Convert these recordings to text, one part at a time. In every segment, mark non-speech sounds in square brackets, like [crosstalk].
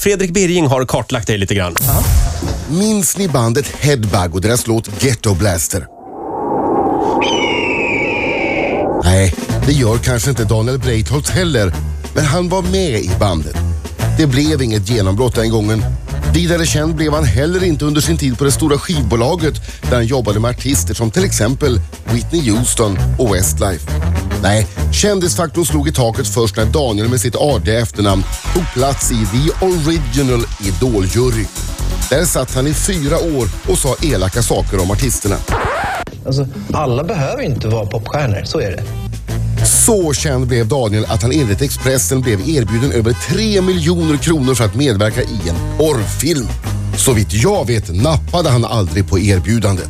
Fredrik Birging har kartlagt dig lite grann. [laughs] Minns ni bandet Headbug och deras låt Ghetto Blaster? Nej, det gör kanske inte Daniel Breitholtz heller, men han var med i bandet. Det blev inget genombrott den gången. Vidare känd blev han heller inte under sin tid på det stora skivbolaget där han jobbade med artister som till exempel Whitney Houston och Westlife. Nej, kändisfaktorn slog i taket först när Daniel med sitt artiga efternamn tog plats i The Original Idol-jury. Där satt han i fyra år och sa elaka saker om artisterna. Alltså, alla behöver inte vara popstjärnor, så är det. Eh, Så känd blev Daniel att han enligt Expressen blev erbjuden över 3 miljoner kronor för att medverka i en porrfilm. Så vitt jag vet nappade han aldrig på erbjudandet.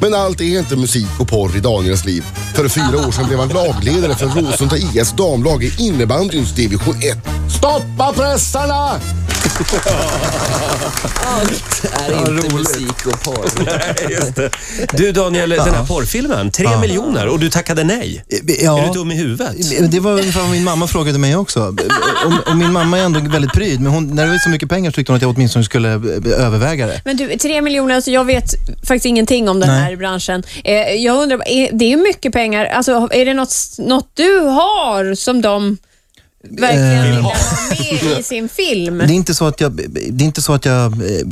Men allt är inte musik och porr i Daniels liv. För fyra år sedan blev han lagledare för Råsunda IS damlag i innebandyns division 1. Stoppa pressarna! Allt är inte musik [laughs] och porr. Just det. Du Daniel, den här porrfilmen, tre miljoner och du tackade nej. Är du Ja, dum i huvudet? det var ungefär vad min mamma frågade mig också. Och, och min mamma är ändå väldigt pryd, men hon, när det var så mycket pengar tyckte hon att jag åtminstone skulle eh, överväga det. Men du, tre miljoner, alltså jag vet faktiskt ingenting om den Nej. här branschen. Eh, jag undrar, bara, är, det är ju mycket pengar. Alltså, är det något, något du har som de verkligen Eh. vill ha med i [laughs] sin film? Det är inte så att jag, det är inte så att jag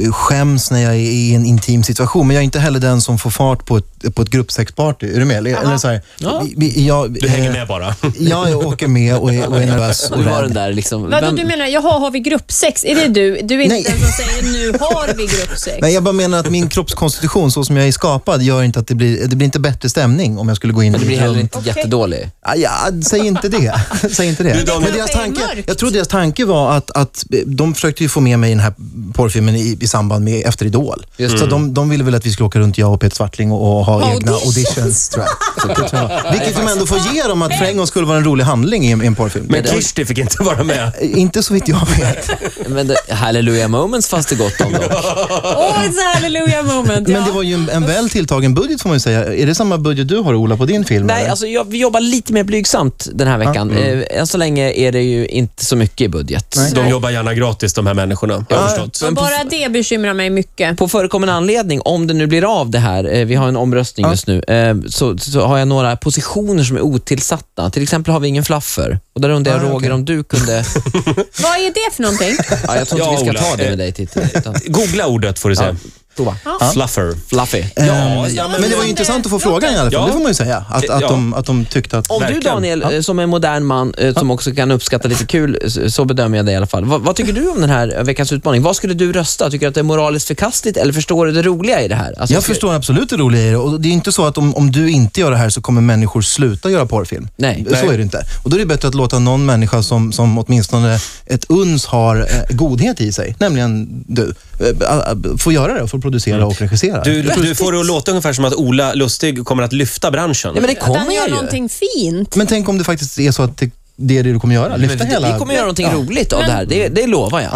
eh, skäms när jag är i en intim situation, men jag är inte heller den som får fart på ett, på ett gruppsexparty. Är du med? Eller, eller så här, vi- vi- jag, Du hänger eh, med bara. Ja, jag åker med och är, och är nervös och Du har rädd. den där liksom... Vadå, vem- du menar, jaha, har vi gruppsex? Är det du? Du är inte Nej. den som säger, nu har vi gruppsex. Nej, jag bara menar att min kroppskonstitution, så som jag är skapad, gör inte att det blir, det blir inte bättre stämning om jag skulle gå in Men det i blir ett rum. heller inte jättedålig. Ah, ja, säg inte det. säg inte det. Daniel- Men deras Det kanske är tanke, mörkt. jag tror deras tanke var att, att de försökte ju få med mig i den här porrfilmen i, i samband med Efter Idol. Så de, de ville väl att vi skulle åka runt, jag och Peter Swartling, och, och ha egna Auditions. auditions. tror jag. Det tror jag. Vilket de ändå får ge dem, att för en gång skulle vara en rolig handling i en, i en porrfilm. Men Kirsti fick inte vara med. Eh, Inte så vitt jag vet. Men det, Hallelujah moments fanns det gott om då. Åh, it's a hallelujah moment. Men det var ju en, en väl tilltagen budget får man ju säga. Är det samma budget du har Ola på din film? Nej, eller? alltså jag, vi jobbar lite mer blygsamt den här veckan. Mm. Eh, Än så länge är det ju inte så mycket i budget. De jobbar gärna gratis de här människorna, jag har förstått. Och bara det bekymrar mig mycket. På förekommande anledning, om det nu blir av det här, eh, vi har en omröstning just nu, eh, så, så har jag några positioner som är otillsatta. Till exempel har vi ingen flaffer. Och där Ah, undrar jag, Roger, om [laughs] du kunde... Vad är det för någonting? Ja, jag tror inte Ja, vi ska Ola, ta det eh, med [laughs] dig, Titti. utan- Googla ordet får du se. Prova. Fluffer. Fluffy. Ja, ja, men, Eh, det var ju intressant att få frågan i alla fall, Ja. det får man ju säga. Att, att, Ja. de, att de tyckte att... Om du Verkligen. Daniel, eh, som är en modern man eh, som också kan uppskatta lite kul, eh, s- så bedömer jag dig i alla fall. Vad- vad tycker du om den här eh, veckans utmaning? Vad skulle du rösta? Tycker du att det är moraliskt förkastligt eller förstår du det roliga i det här? Alltså, Jag förstår absolut det roliga i det. Och det är inte så att om, om du inte gör det här så kommer människor sluta göra porrfilm. Nej. Så är det inte. Och då är det bättre att låta någon människa som, som åtminstone ett uns har eh, godhet i sig, nämligen du, eh, a- a- få göra det, och få producera och regissera. Du, du får det att låta ungefär som att Ola Lustig kommer att lyfta branschen. Ja, men det Att han kommer gör jag ju. någonting fint. Men tänk om det faktiskt är så att det, det är det du kommer göra, lyfta Vi hela... kommer göra någonting roligt av det här, det, det lovar jag.